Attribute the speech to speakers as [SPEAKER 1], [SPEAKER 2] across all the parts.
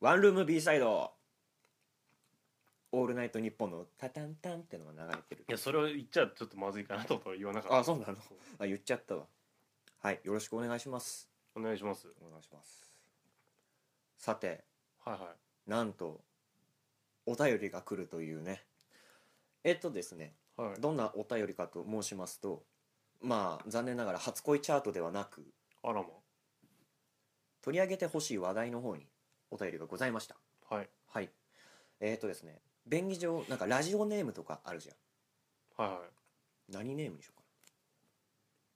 [SPEAKER 1] ワンルーム B サイドオールナイトニッポンのタタンタンってのが流れてる
[SPEAKER 2] いやそれを言っちゃちょっとまずいかなと思ったから言わなかった
[SPEAKER 1] あそうなのあ言っちゃったわはいよろしくお願いします
[SPEAKER 2] お願いします
[SPEAKER 1] お願いしますさて
[SPEAKER 2] はいはい
[SPEAKER 1] なんとお便りが来るというねえっとですね
[SPEAKER 2] はい
[SPEAKER 1] どんなお便りかと申しますとまあ残念ながら初恋チャートではなく
[SPEAKER 2] あらま
[SPEAKER 1] 取り上げてほしい話題の方にお便りがございました
[SPEAKER 2] はい
[SPEAKER 1] はいえっとですね便宜上なんかラジオネームとかあるじゃん
[SPEAKER 2] はいは
[SPEAKER 1] 何ネームにしようか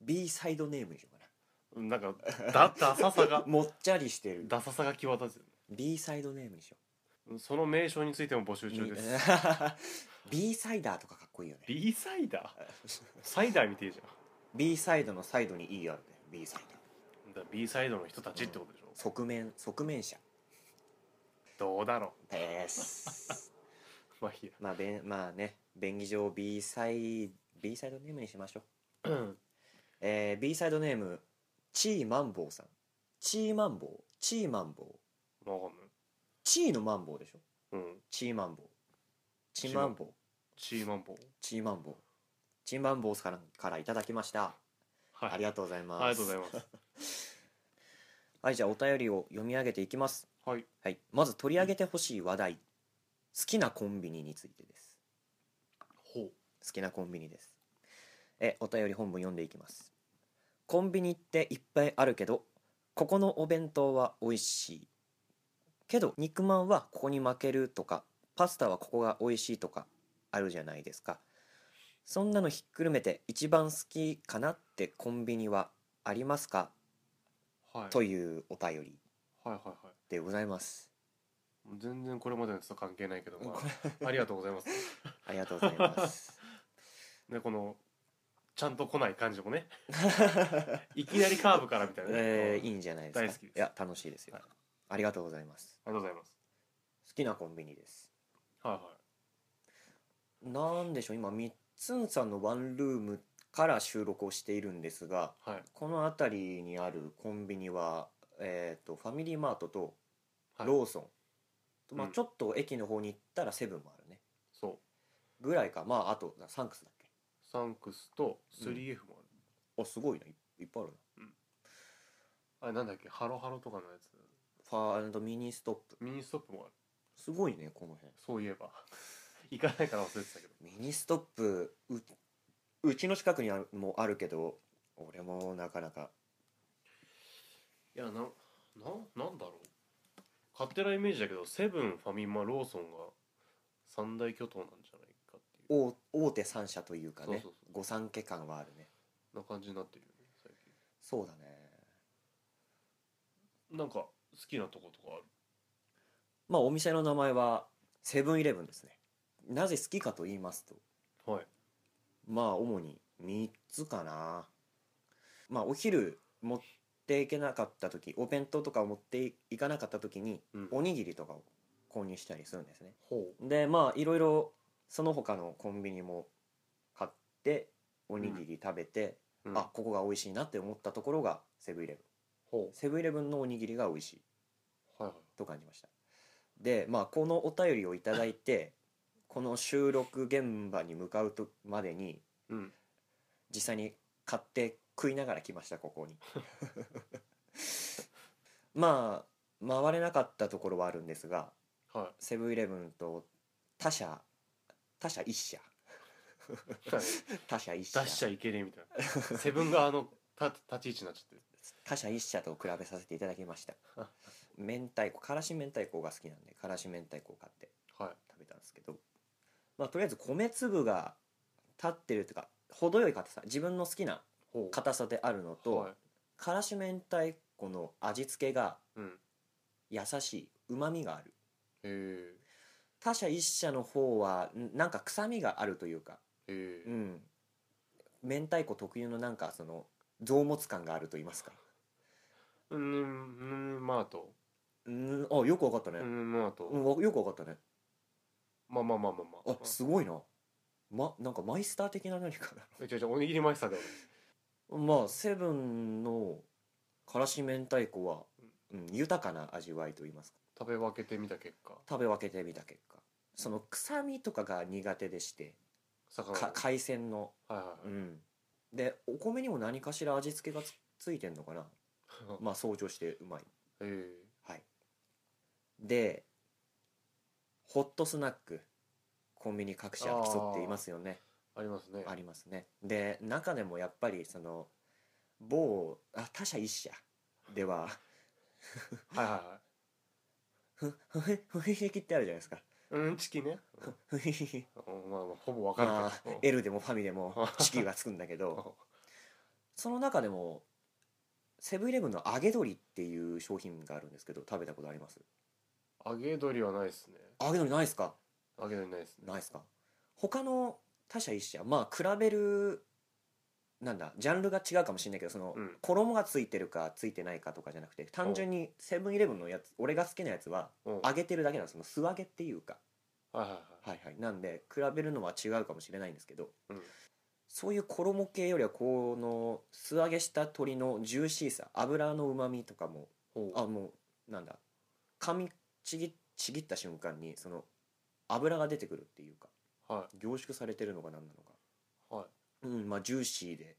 [SPEAKER 1] な B サイドネームにしようか
[SPEAKER 2] いなんかだダサさ
[SPEAKER 1] な
[SPEAKER 2] が
[SPEAKER 1] もっちゃりしてる
[SPEAKER 2] ダサさが際立つよ
[SPEAKER 1] B サイドネームにしよ
[SPEAKER 2] ねその名称についても募集
[SPEAKER 1] う
[SPEAKER 2] 中です
[SPEAKER 1] B サイダーとかかっこいいよね
[SPEAKER 2] B サイダーサイダー見ていじゃん
[SPEAKER 1] B サイドのサイドに E あるね B サイダー
[SPEAKER 2] だから B サイドの人たちってことでしょ、
[SPEAKER 1] 側面側面者
[SPEAKER 2] どうだろ
[SPEAKER 1] です
[SPEAKER 2] うまあいいや
[SPEAKER 1] まあべんまあね便宜上 B サイ B サイドネームにしましょう、
[SPEAKER 2] うん
[SPEAKER 1] えー、B サイドネームチーマンボウさんチーマンボウチーマンボウ
[SPEAKER 2] わかんない
[SPEAKER 1] チーのマンボウでしょ
[SPEAKER 2] うん
[SPEAKER 1] チーマンボウチ
[SPEAKER 2] チ
[SPEAKER 1] ー
[SPEAKER 2] ーマ
[SPEAKER 1] マ
[SPEAKER 2] ン
[SPEAKER 1] ンボウ
[SPEAKER 2] チーマンボウ
[SPEAKER 1] チーマンボウチーマンボウさんからいただきました、
[SPEAKER 2] はい
[SPEAKER 1] ありがとうございます
[SPEAKER 2] ありがとうございます
[SPEAKER 1] はいじゃあお便りを読み上げていきます
[SPEAKER 2] はい
[SPEAKER 1] はいまず取り上げてほしい話題好きなコンビニについてです
[SPEAKER 2] ほう
[SPEAKER 1] 好きなコンビニですえお便り本文読んでいきますコンビニっていっぱいあるけどここのお弁当は美味しいけど肉まんはここに負けるとかパスタはここが美味しいとかあるじゃないですかそんなのひっくるめて一番好きかなってコンビニはありますか
[SPEAKER 2] はい
[SPEAKER 1] というお便り
[SPEAKER 2] はいはいはい
[SPEAKER 1] でございます
[SPEAKER 2] もう全然これまでのやつと関係ないけど、まあ、ありがとうございます
[SPEAKER 1] ありがとうございます
[SPEAKER 2] ねこのちゃんと来ない感じ もねいきなりカーブからみたいなね、
[SPEAKER 1] えーいい
[SPEAKER 2] あ
[SPEAKER 1] んじゃないですか
[SPEAKER 2] 大好きです
[SPEAKER 1] いや楽しいですよ、
[SPEAKER 2] はい
[SPEAKER 1] ありがとうございます
[SPEAKER 2] りがとうございます
[SPEAKER 1] 好きなコンビニです
[SPEAKER 2] はいはい
[SPEAKER 1] なんでしょう今みっつんさんのワンルームから収録をしているんですが
[SPEAKER 2] はい
[SPEAKER 1] この辺りにあるコンビニは、えー、とファミリーマートと
[SPEAKER 2] はい
[SPEAKER 1] ローソン、とまあ、
[SPEAKER 2] うん
[SPEAKER 1] ちょっと駅の方に行ったらセブンもあるね
[SPEAKER 2] そう
[SPEAKER 1] ぐらいかまああとサンクスだっけ
[SPEAKER 2] サンクスと 3F もある、
[SPEAKER 1] あすごいないいっぱいあるな
[SPEAKER 2] あれなんだっけハロハロとかのやつ
[SPEAKER 1] ファーミニストップ
[SPEAKER 2] ミニストップもある
[SPEAKER 1] すごいねこの辺
[SPEAKER 2] そういえば 行かないから忘れてたけど
[SPEAKER 1] ミニストップううちの近くにあるもあるけど俺もなかなか
[SPEAKER 2] いやなななんだろう勝手なイメージだけどセブンファミマローソンが三大巨頭なんじゃないかっていう
[SPEAKER 1] 大大手3社というかね
[SPEAKER 2] そうそうそう
[SPEAKER 1] 御三家感はあるね
[SPEAKER 2] な感じになってるよね最近
[SPEAKER 1] そうだね
[SPEAKER 2] なんか好きなとことかある
[SPEAKER 1] まあお店の名前はセブンイレブンですねなぜ好きかと言いますと
[SPEAKER 2] はい
[SPEAKER 1] まあ主に3つかなまあお昼持っていけなかった時お弁当とかを持っていかなかった時に
[SPEAKER 2] うん
[SPEAKER 1] おにぎりとかを購入したりするんですね
[SPEAKER 2] ほ
[SPEAKER 1] でまあいろいろその他のコンビニも買っておにぎり食べて、
[SPEAKER 2] う、
[SPEAKER 1] あここが美味しいなって思ったところがセブンイレブ
[SPEAKER 2] ほ
[SPEAKER 1] ンセブンイレブンのおにぎりが美味しいう
[SPEAKER 2] はいはい
[SPEAKER 1] と感じましたでまあこのお便りをいただいてこの収録現場に向かうとまでに
[SPEAKER 2] うん
[SPEAKER 1] 実際に買って食いながら来ましたここに まあ回れなかったところはあるんですが
[SPEAKER 2] は
[SPEAKER 1] セブンイレブンと他社他社一社
[SPEAKER 2] い 出
[SPEAKER 1] 他社一社
[SPEAKER 2] しちゃいけねえみたい なセブン側のた立ち位置になっちゃってる
[SPEAKER 1] 他社一社と比べさせていただきま した明太子からし明太子が好きなんでからし明太子を買って
[SPEAKER 2] はい
[SPEAKER 1] 食べたんですけど、まあ、とりあえず米粒が立ってるというか程よい硬さ自分の好きな
[SPEAKER 2] ほう
[SPEAKER 1] 硬さであるのと、
[SPEAKER 2] はい
[SPEAKER 1] からし明太子の味付けが
[SPEAKER 2] うん
[SPEAKER 1] 優しいうまみがある
[SPEAKER 2] へ
[SPEAKER 1] 他社一社の方はんなんか臭みがあるというか、
[SPEAKER 2] え
[SPEAKER 1] う
[SPEAKER 2] へえ
[SPEAKER 1] ん、明太子特有のなんかその臓物感があると言いますか
[SPEAKER 2] うんうんうんまあと
[SPEAKER 1] うんあよくわかった
[SPEAKER 2] う
[SPEAKER 1] ね、
[SPEAKER 2] んまあと
[SPEAKER 1] うんわよくわかったね
[SPEAKER 2] まあまあまあまあま
[SPEAKER 1] あすごいなまなんかマイスター的な何かが
[SPEAKER 2] え違う違うおにぎりマイスターだよ
[SPEAKER 1] まあセブンのからし明太子は、うん、豊かな味わいといいますか
[SPEAKER 2] 食べ分けてみた結果
[SPEAKER 1] 食べ分けてみた結果その臭みとかが苦手でして
[SPEAKER 2] 魚
[SPEAKER 1] か海鮮の
[SPEAKER 2] はいは
[SPEAKER 1] う
[SPEAKER 2] い
[SPEAKER 1] んでお米にも何かしら味付けがつついてんのかな
[SPEAKER 2] はい
[SPEAKER 1] まあ相乗してうまい
[SPEAKER 2] ええ
[SPEAKER 1] はいでホットスナックコンビニ各社競っていますよね
[SPEAKER 2] ありますね
[SPEAKER 1] ありますねで中でもやっぱりその某あ他社一社では
[SPEAKER 2] はいはいは
[SPEAKER 1] ふふふ雰囲気ってあるじゃないですか
[SPEAKER 2] いうんチキね
[SPEAKER 1] ふふふふ
[SPEAKER 2] うんまあまあほぼわかる
[SPEAKER 1] まあ
[SPEAKER 2] けど
[SPEAKER 1] L でもファミでも地球がつくんだけどその中でもセブンイレブンの揚げ鶏っていう商品があるんですけど食べたことあります
[SPEAKER 2] 揚げ鶏はないですね
[SPEAKER 1] 揚げ鶏ないですか
[SPEAKER 2] 揚げ鶏ないですね
[SPEAKER 1] ないですか他の他社一社まあ比べるなんだジャンルが違うかもしれないけどその、
[SPEAKER 2] うん
[SPEAKER 1] 衣がついてるかついてないかとかじゃなくて単純にセブンイレブンのやつ俺が好きなやつは
[SPEAKER 2] うん
[SPEAKER 1] 揚げてるだけなんですその素揚げっていうか
[SPEAKER 2] はいはいはい
[SPEAKER 1] はいはいなんで比べるのは違うかもしれないんですけど、
[SPEAKER 2] うん
[SPEAKER 1] そういう衣系よりはこの素揚げした鶏のジューシーさ油のうまみとかも
[SPEAKER 2] ほう
[SPEAKER 1] あもうなんだ噛みちぎちぎった瞬間にその油が出てくるっていうか
[SPEAKER 2] は
[SPEAKER 1] 凝縮されてるのか何なのか
[SPEAKER 2] いはい
[SPEAKER 1] うんまあジューシーで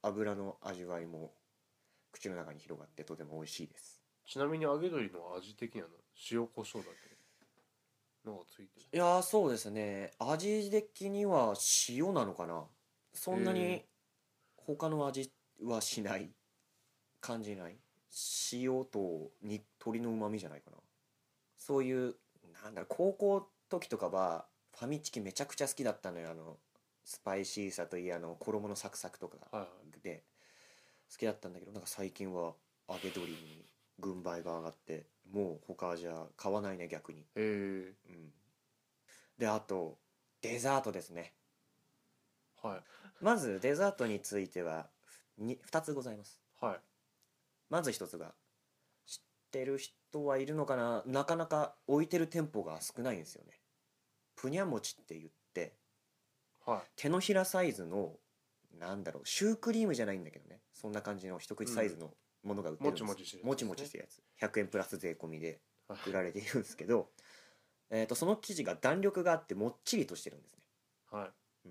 [SPEAKER 1] 油の味わいも口の中に広がってとても美味しいです
[SPEAKER 2] ちなみに揚げ鶏の味的には塩コショウだけのがついてる
[SPEAKER 1] いやーそうですね味的には塩なのかなそんな
[SPEAKER 2] へ
[SPEAKER 1] に
[SPEAKER 2] え
[SPEAKER 1] 他の味はしない感じない塩とに鶏のうまみじゃないかなそういうなんだろう高校時とかはファミチキめちゃくちゃ好きだったのよあのスパイシーさといいあの衣のサクサクとか
[SPEAKER 2] はいはい
[SPEAKER 1] で好きだったんだけどなんか最近は揚げ鶏に軍配が上がってもう他じゃ買わないね逆に
[SPEAKER 2] へえ
[SPEAKER 1] うんであとデザートですね
[SPEAKER 2] はい
[SPEAKER 1] まずデザートについては 2, つございます
[SPEAKER 2] はい
[SPEAKER 1] まず1つが知ってる人はいるのかななかなか置いてる店舗が少ないんですよねプニャ餅って言って
[SPEAKER 2] は
[SPEAKER 1] 手のひらサイズのなんだろうシュークリームじゃないんだけどねそんな感じの一口サイズのものが売ってるんです、
[SPEAKER 2] もちもちしてるやつね
[SPEAKER 1] もちもちしてるやつ100円プラス税込みで
[SPEAKER 2] い
[SPEAKER 1] 売られているんですけどえーとその生地が弾力があってもっちりとしてるんですね
[SPEAKER 2] はい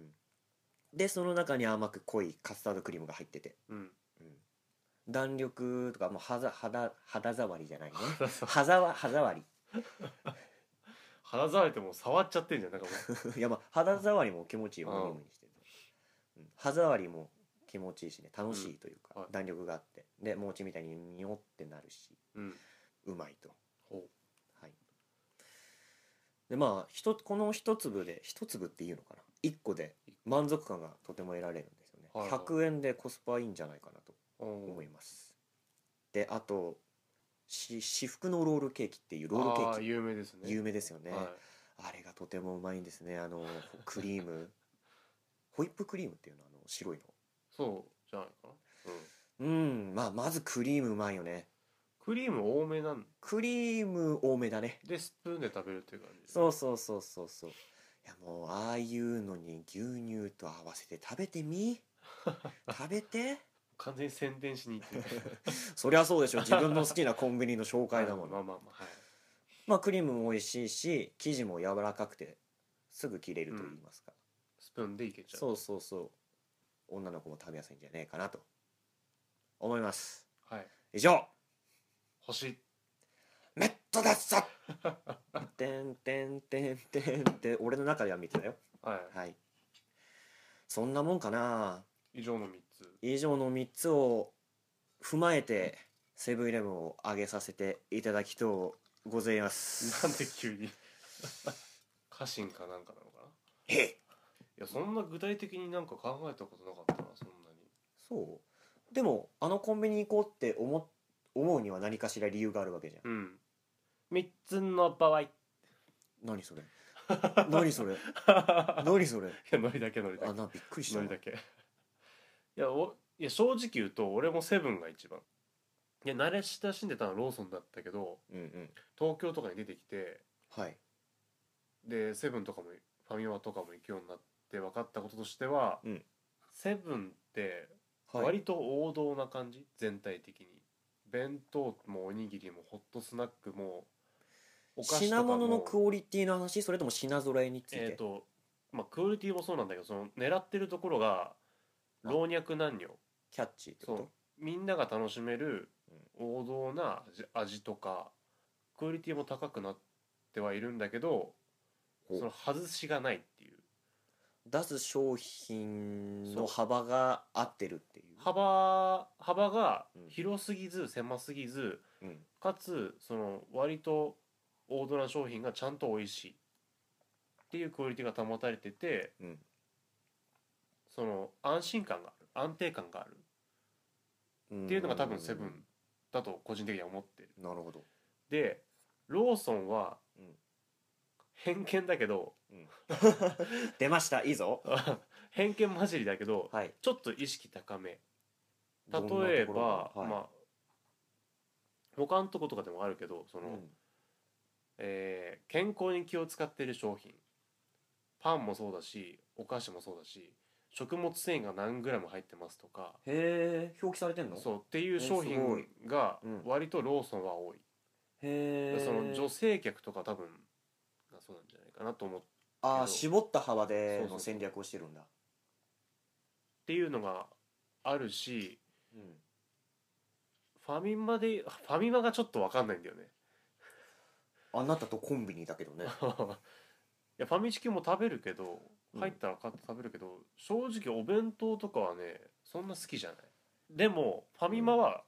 [SPEAKER 1] でその中に甘く濃いカスタードクリームが入ってて、
[SPEAKER 2] うん
[SPEAKER 1] うん弾力とかもう肌肌肌触りじゃないね
[SPEAKER 2] 肌触
[SPEAKER 1] 歯触歯触り
[SPEAKER 2] 肌触りってもう触っちゃってんじゃんなんかもう
[SPEAKER 1] いやまあ肌触りも気持ちいいよ
[SPEAKER 2] うん
[SPEAKER 1] ムにしてる、うん歯触りも気持ちいいしね楽しいというか、
[SPEAKER 2] うんはい
[SPEAKER 1] 弾力があってで餅みたいににおってなるし
[SPEAKER 2] うん
[SPEAKER 1] うまいと
[SPEAKER 2] ほ
[SPEAKER 1] はいでまあひとこの一粒で一粒っていうのかな一個で満足感がとても得られるんですよね、
[SPEAKER 2] はいはい
[SPEAKER 1] 100円でコスパいいんじゃないかなと
[SPEAKER 2] う
[SPEAKER 1] 思い
[SPEAKER 2] お
[SPEAKER 1] ます、であとし至福のロールケーキっていうロールケ
[SPEAKER 2] あ
[SPEAKER 1] ー
[SPEAKER 2] あ
[SPEAKER 1] キ
[SPEAKER 2] 有名ですね
[SPEAKER 1] 有名ですよね、
[SPEAKER 2] はい
[SPEAKER 1] あれがとてもうまいんですねあのクリー ムホイップクリームっていうのあの白いの
[SPEAKER 2] そうじゃないかなうん
[SPEAKER 1] うんまあまずクリームうまいよね
[SPEAKER 2] クリーム多めなん
[SPEAKER 1] クリーム多めだね
[SPEAKER 2] でスプーンで食べるっていう感じ
[SPEAKER 1] そうそうそうそうそういやもうああいうのに牛乳と合わせて食べて み食べて
[SPEAKER 2] 完全に宣伝しに 行ってる
[SPEAKER 1] そりゃそうでしょ自分の好きなコンビニの紹介だもん
[SPEAKER 2] まあまあまあはい
[SPEAKER 1] まあクリームも美味しいし生地も柔らかくてすぐ切れると言いますか、
[SPEAKER 2] スプーンでいけちゃう
[SPEAKER 1] そうそうそう女の子も食べやすいんじゃねえかなと思います
[SPEAKER 2] はい
[SPEAKER 1] 以上
[SPEAKER 2] 星
[SPEAKER 1] メットだっ さてんてんてんてんって俺の中では見てたよ
[SPEAKER 2] はい
[SPEAKER 1] はいそんなもんかな
[SPEAKER 2] 以上の三つ
[SPEAKER 1] 以上の3つを踏まえてセブンイレブンを上げさせていただきとうございます
[SPEAKER 2] なんで急に 家臣かなんかなのかな
[SPEAKER 1] へい
[SPEAKER 2] いやそんな具体的になんか考えたことなかったなそんなに
[SPEAKER 1] そうでもあのコンビニ行こうって思っ思うには何かしら理由があるわけじゃん
[SPEAKER 2] うん3つの 場合い
[SPEAKER 1] 何 それ何それ
[SPEAKER 2] や
[SPEAKER 1] 何 それ
[SPEAKER 2] ノリだけノリだ
[SPEAKER 1] あ
[SPEAKER 2] け
[SPEAKER 1] なびっくりした
[SPEAKER 2] ノ
[SPEAKER 1] な
[SPEAKER 2] リだけいやおいや正直言うと俺もセブンが一番いや慣れ親しんでたのはローソンだったけど
[SPEAKER 1] うんうん
[SPEAKER 2] 東京とかに出てきて
[SPEAKER 1] はい
[SPEAKER 2] でセブンとかもファミマとかも行くようになって分かったこととしては、
[SPEAKER 1] うん
[SPEAKER 2] セブンって
[SPEAKER 1] はい、
[SPEAKER 2] 割と王道な感じ、全体的に弁当もおにぎりもホットスナックもお
[SPEAKER 1] 品物の
[SPEAKER 2] オ
[SPEAKER 1] クオリティの話それとも品揃えについて、
[SPEAKER 2] えーとまあ、クオリティもそうなんだけどその狙ってるところが
[SPEAKER 1] あ
[SPEAKER 2] 老若男女
[SPEAKER 1] キャッチーってこ
[SPEAKER 2] そう
[SPEAKER 1] と
[SPEAKER 2] みんなが楽しめる王道な味味とかクオリティも高くなってはいるんだけど
[SPEAKER 1] ほう
[SPEAKER 2] その外しがないっていう
[SPEAKER 1] 出す商品
[SPEAKER 2] そう
[SPEAKER 1] の幅が合ってるっていう
[SPEAKER 2] 幅幅が
[SPEAKER 1] うん
[SPEAKER 2] 広すぎず狭すぎず
[SPEAKER 1] うん、
[SPEAKER 2] かつその割と王道な商品がちゃんと美味しいっていうクオリティが保たれてて、
[SPEAKER 1] うん
[SPEAKER 2] その安心感がある安定感があるっていうのが多分セブンだと個人的には思ってる。
[SPEAKER 1] なるほど
[SPEAKER 2] でローソンは
[SPEAKER 1] うん
[SPEAKER 2] 偏見だけど
[SPEAKER 1] 出ましたいいぞ
[SPEAKER 2] 偏見混じりだけど
[SPEAKER 1] はい
[SPEAKER 2] ちょっと意識高め例
[SPEAKER 1] どんなところが
[SPEAKER 2] えば、
[SPEAKER 1] はい
[SPEAKER 2] まあ他のとことかでもあるけどその、
[SPEAKER 1] うん
[SPEAKER 2] えー健康に気を使ってる商品パンもそうだしお菓子もそうだし食物繊維が何グラム入ってますとか
[SPEAKER 1] へえ表記されてんの
[SPEAKER 2] そうっていう商
[SPEAKER 1] えーすごい
[SPEAKER 2] 品が
[SPEAKER 1] うん
[SPEAKER 2] 割とローソンは多い、
[SPEAKER 1] へえ
[SPEAKER 2] その女性客とか多分がそうなんじゃないかなと思って
[SPEAKER 1] あ
[SPEAKER 2] け
[SPEAKER 1] あ
[SPEAKER 2] ど
[SPEAKER 1] 絞った幅で
[SPEAKER 2] そうそ
[SPEAKER 1] の
[SPEAKER 2] うそう
[SPEAKER 1] 戦略をしてるんだ
[SPEAKER 2] っていうのがあるし
[SPEAKER 1] うん
[SPEAKER 2] ファミマでファミマがちょっと分かんないんだよね
[SPEAKER 1] あなたとコンビニだけど ね
[SPEAKER 2] いやファミチキも食べるけど
[SPEAKER 1] うん
[SPEAKER 2] 入ったら買って食べるけど、正直お弁当とかはねそんな好きじゃないでもファミマは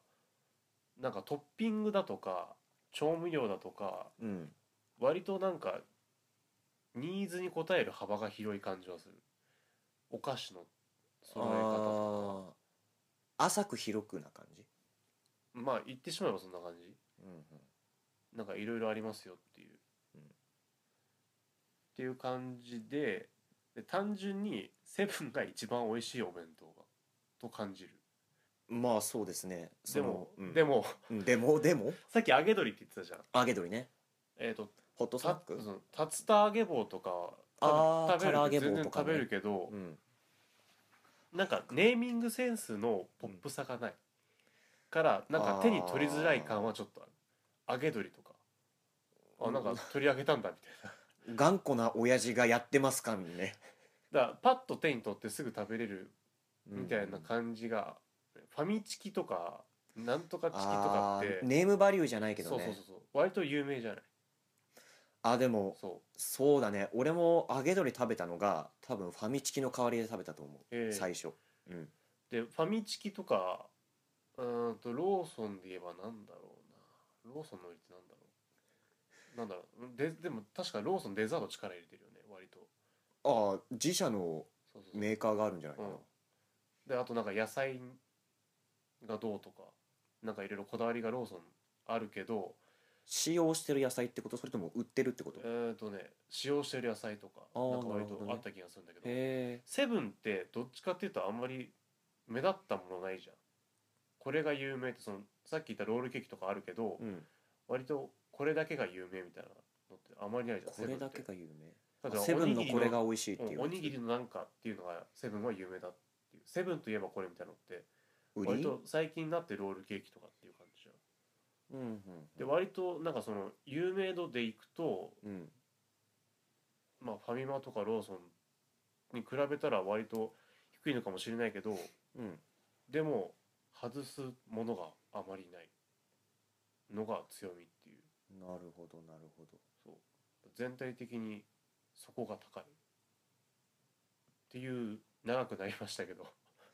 [SPEAKER 2] なんかトッピングだとか調味料だとか
[SPEAKER 1] うん
[SPEAKER 2] 割となんかニーズに応える幅が広い感じはするお菓子の揃え方と
[SPEAKER 1] ああ浅く広くな感じ
[SPEAKER 2] かまあ言ってしまえばそんな感じ
[SPEAKER 1] うんうん
[SPEAKER 2] なんかいろいろありますよっていう、
[SPEAKER 1] うん
[SPEAKER 2] っていう感じでで単純にセブンが一番美味しいお弁当がと感じる
[SPEAKER 1] まあそうですね
[SPEAKER 2] でも、
[SPEAKER 1] そのうん
[SPEAKER 2] でも
[SPEAKER 1] うんでもでも
[SPEAKER 2] さっき揚げ鶏って言ってたじゃん
[SPEAKER 1] 揚げ鶏ね
[SPEAKER 2] えっ、と
[SPEAKER 1] ホットスナッ
[SPEAKER 2] た
[SPEAKER 1] ク
[SPEAKER 2] その竜田揚げ棒とかは
[SPEAKER 1] あー
[SPEAKER 2] 食べる
[SPEAKER 1] 唐揚げ棒
[SPEAKER 2] 全然
[SPEAKER 1] とかね
[SPEAKER 2] 食べるけど、
[SPEAKER 1] うん
[SPEAKER 2] なんかネーミングセンスのポップさがない、からなんか手に取りづらい感はちょっとある揚げ鶏とかあなんか取り上げたんだみたいな
[SPEAKER 1] 頑固な親父がやってますかにね
[SPEAKER 2] だからパッと手に取ってすぐ食べれるみたいな感じが、ファミチキとかなんとかチキとかって
[SPEAKER 1] あーネームバリューじゃないけど
[SPEAKER 2] そう
[SPEAKER 1] ね
[SPEAKER 2] そうそうそう割と有名じゃない
[SPEAKER 1] あでも
[SPEAKER 2] そ
[SPEAKER 1] そうだね俺も揚げ鶏食べたのが多分ファミチキの代わりで食べたと思う、
[SPEAKER 2] ええ
[SPEAKER 1] 最初、うん、
[SPEAKER 2] うでファミチキとかうーんとローソンで言えばなんだろうなローソンの売りってなんだろうなんだろうででも確かローソンデザート力入れてるよね割と
[SPEAKER 1] ああ自社の
[SPEAKER 2] そうそうそう、
[SPEAKER 1] メーカーがあるんじゃないかな、
[SPEAKER 2] うんであとなんか野菜がどうとかなんかいろいろこだわりがローソンあるけど
[SPEAKER 1] 使用してる野菜ってことそれとも売ってるってことへ
[SPEAKER 2] えっ、とね使用してる野菜とか
[SPEAKER 1] あー
[SPEAKER 2] なんか割
[SPEAKER 1] なるほど
[SPEAKER 2] と
[SPEAKER 1] ね
[SPEAKER 2] あった気がするんだけど
[SPEAKER 1] え
[SPEAKER 2] セブンってどっちかっていうとあんまり目立ったものないじゃんこれが有名ってそのさっき言ったロールケーキとかあるけど、
[SPEAKER 1] うん、
[SPEAKER 2] 割とこれだけが有名みたいなのってあまりないじゃん
[SPEAKER 1] これだけ
[SPEAKER 2] セ
[SPEAKER 1] が有
[SPEAKER 2] ブンっ
[SPEAKER 1] 名
[SPEAKER 2] て
[SPEAKER 1] あセブンのこれが
[SPEAKER 2] お
[SPEAKER 1] 美味しいって
[SPEAKER 2] にぎ
[SPEAKER 1] い
[SPEAKER 2] り
[SPEAKER 1] うや
[SPEAKER 2] のう
[SPEAKER 1] つ
[SPEAKER 2] んおにぎりのなんかっていうのがセブンは有名だっていうセブンといえばこれみたいなのって
[SPEAKER 1] 売り
[SPEAKER 2] 割と最近になってロールケーキとかっていう感じじゃん
[SPEAKER 1] うんうん
[SPEAKER 2] で割となんかその有名度でいくと
[SPEAKER 1] うん
[SPEAKER 2] まあ、ファミマとかローソンに比べたら割と低いのかもしれないけど
[SPEAKER 1] うん
[SPEAKER 2] でも外すものがあまりないのが強みっていう
[SPEAKER 1] なるほどなるほど
[SPEAKER 2] そう全体的にそこが高いっていう長くなりましたけど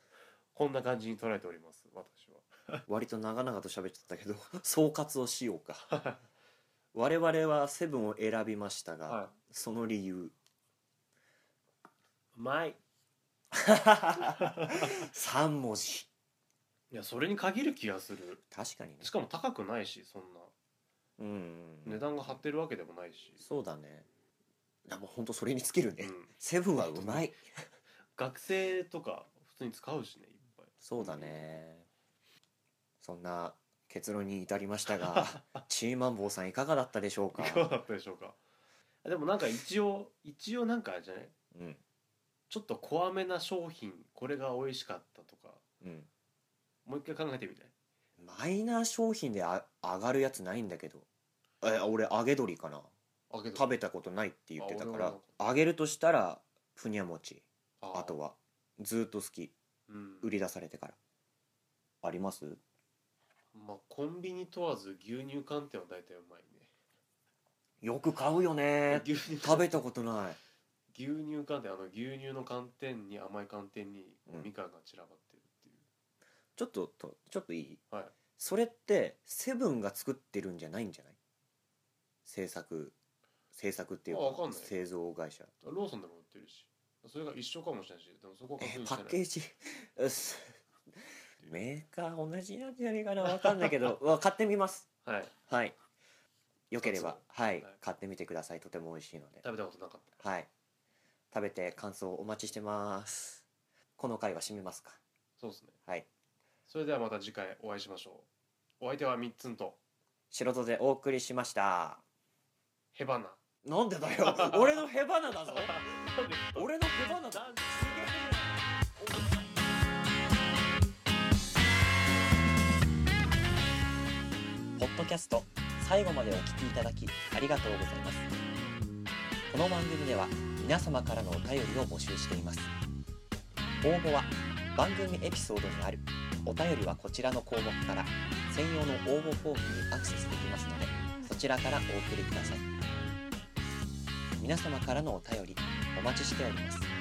[SPEAKER 2] こんな感じに捉えております私は
[SPEAKER 1] 割と長々と喋っちゃったけど 総括をしようか 我々はセブンを選びましたが、
[SPEAKER 2] は
[SPEAKER 1] その理由
[SPEAKER 2] うまい
[SPEAKER 1] 3文字
[SPEAKER 2] いやそれに限る気がする
[SPEAKER 1] 確かにね
[SPEAKER 2] しかも高くないしそん
[SPEAKER 1] うんうんうん
[SPEAKER 2] な値段が張ってるわけでもないし、
[SPEAKER 1] そうだねでも本当それに尽きる
[SPEAKER 2] う
[SPEAKER 1] ね、
[SPEAKER 2] ん、
[SPEAKER 1] セブンはうまい
[SPEAKER 2] 学生とか普通に使うしねいっぱい
[SPEAKER 1] そうだねそんな結論に至りました がチーマンボウさんいかがだったでしょう
[SPEAKER 2] いかが
[SPEAKER 1] か、
[SPEAKER 2] だったでしょうかでもなんか一応一応なんかあれじゃない
[SPEAKER 1] うん、
[SPEAKER 2] ちょっと怖めな商品これが美味しかったとか
[SPEAKER 1] うん
[SPEAKER 2] もう一回考えてみたい
[SPEAKER 1] マイナー商品であ上がるやつないんだけどえ俺揚げ鶏かな
[SPEAKER 2] あけど
[SPEAKER 1] 食べたことないって言ってたか
[SPEAKER 2] あ
[SPEAKER 1] ら
[SPEAKER 2] 俺も
[SPEAKER 1] 揚げるとしたらふにゃ餅
[SPEAKER 2] あ
[SPEAKER 1] あとはずーっと好き
[SPEAKER 2] うん
[SPEAKER 1] 売り出されてからあります
[SPEAKER 2] まあコンビニ問わず牛乳缶ってのは大体うまいね
[SPEAKER 1] よく買うよね
[SPEAKER 2] 牛乳
[SPEAKER 1] 食べたことない
[SPEAKER 2] 牛乳缶ってあの牛乳の寒天に甘い寒天に
[SPEAKER 1] うん
[SPEAKER 2] みかんが散らばってるっていう、
[SPEAKER 1] ちょっととちょっといい
[SPEAKER 2] はい
[SPEAKER 1] それってセブンが作ってるんじゃないんじゃない制作制作っていう
[SPEAKER 2] あわかん
[SPEAKER 1] か
[SPEAKER 2] ない
[SPEAKER 1] 製造会社
[SPEAKER 2] ローソンでも売ってるしそれが一緒かもしれないしでもそこは確
[SPEAKER 1] え
[SPEAKER 2] 認して
[SPEAKER 1] パ
[SPEAKER 2] ない
[SPEAKER 1] ッケージうっすメーカー同じなんじゃねえかなわかんないけど うわ買ってみます
[SPEAKER 2] はい
[SPEAKER 1] はいよければはい、
[SPEAKER 2] はい
[SPEAKER 1] 買ってみてくださいとても美味しいので
[SPEAKER 2] 食べたことなかった
[SPEAKER 1] はい食べて感想をお待ちしてますこの回は締めますか
[SPEAKER 2] そうですね
[SPEAKER 1] はい
[SPEAKER 2] それではまた次回お会いしましょうお相手はみっつんと
[SPEAKER 1] 素人でお送りしました
[SPEAKER 2] ヘバナ
[SPEAKER 1] なんでだ よ俺のヘバナだぞ俺のヘバナだポッドキャスト最後までお聞きいただきありがとうございますこの番組では皆様からのお便りを募集しています応募は番組エピソードにあるお便りはこちらの項目から専用の応募フォームにアクセスできますのでそちらからお送りください皆様からのお便りお待ちしております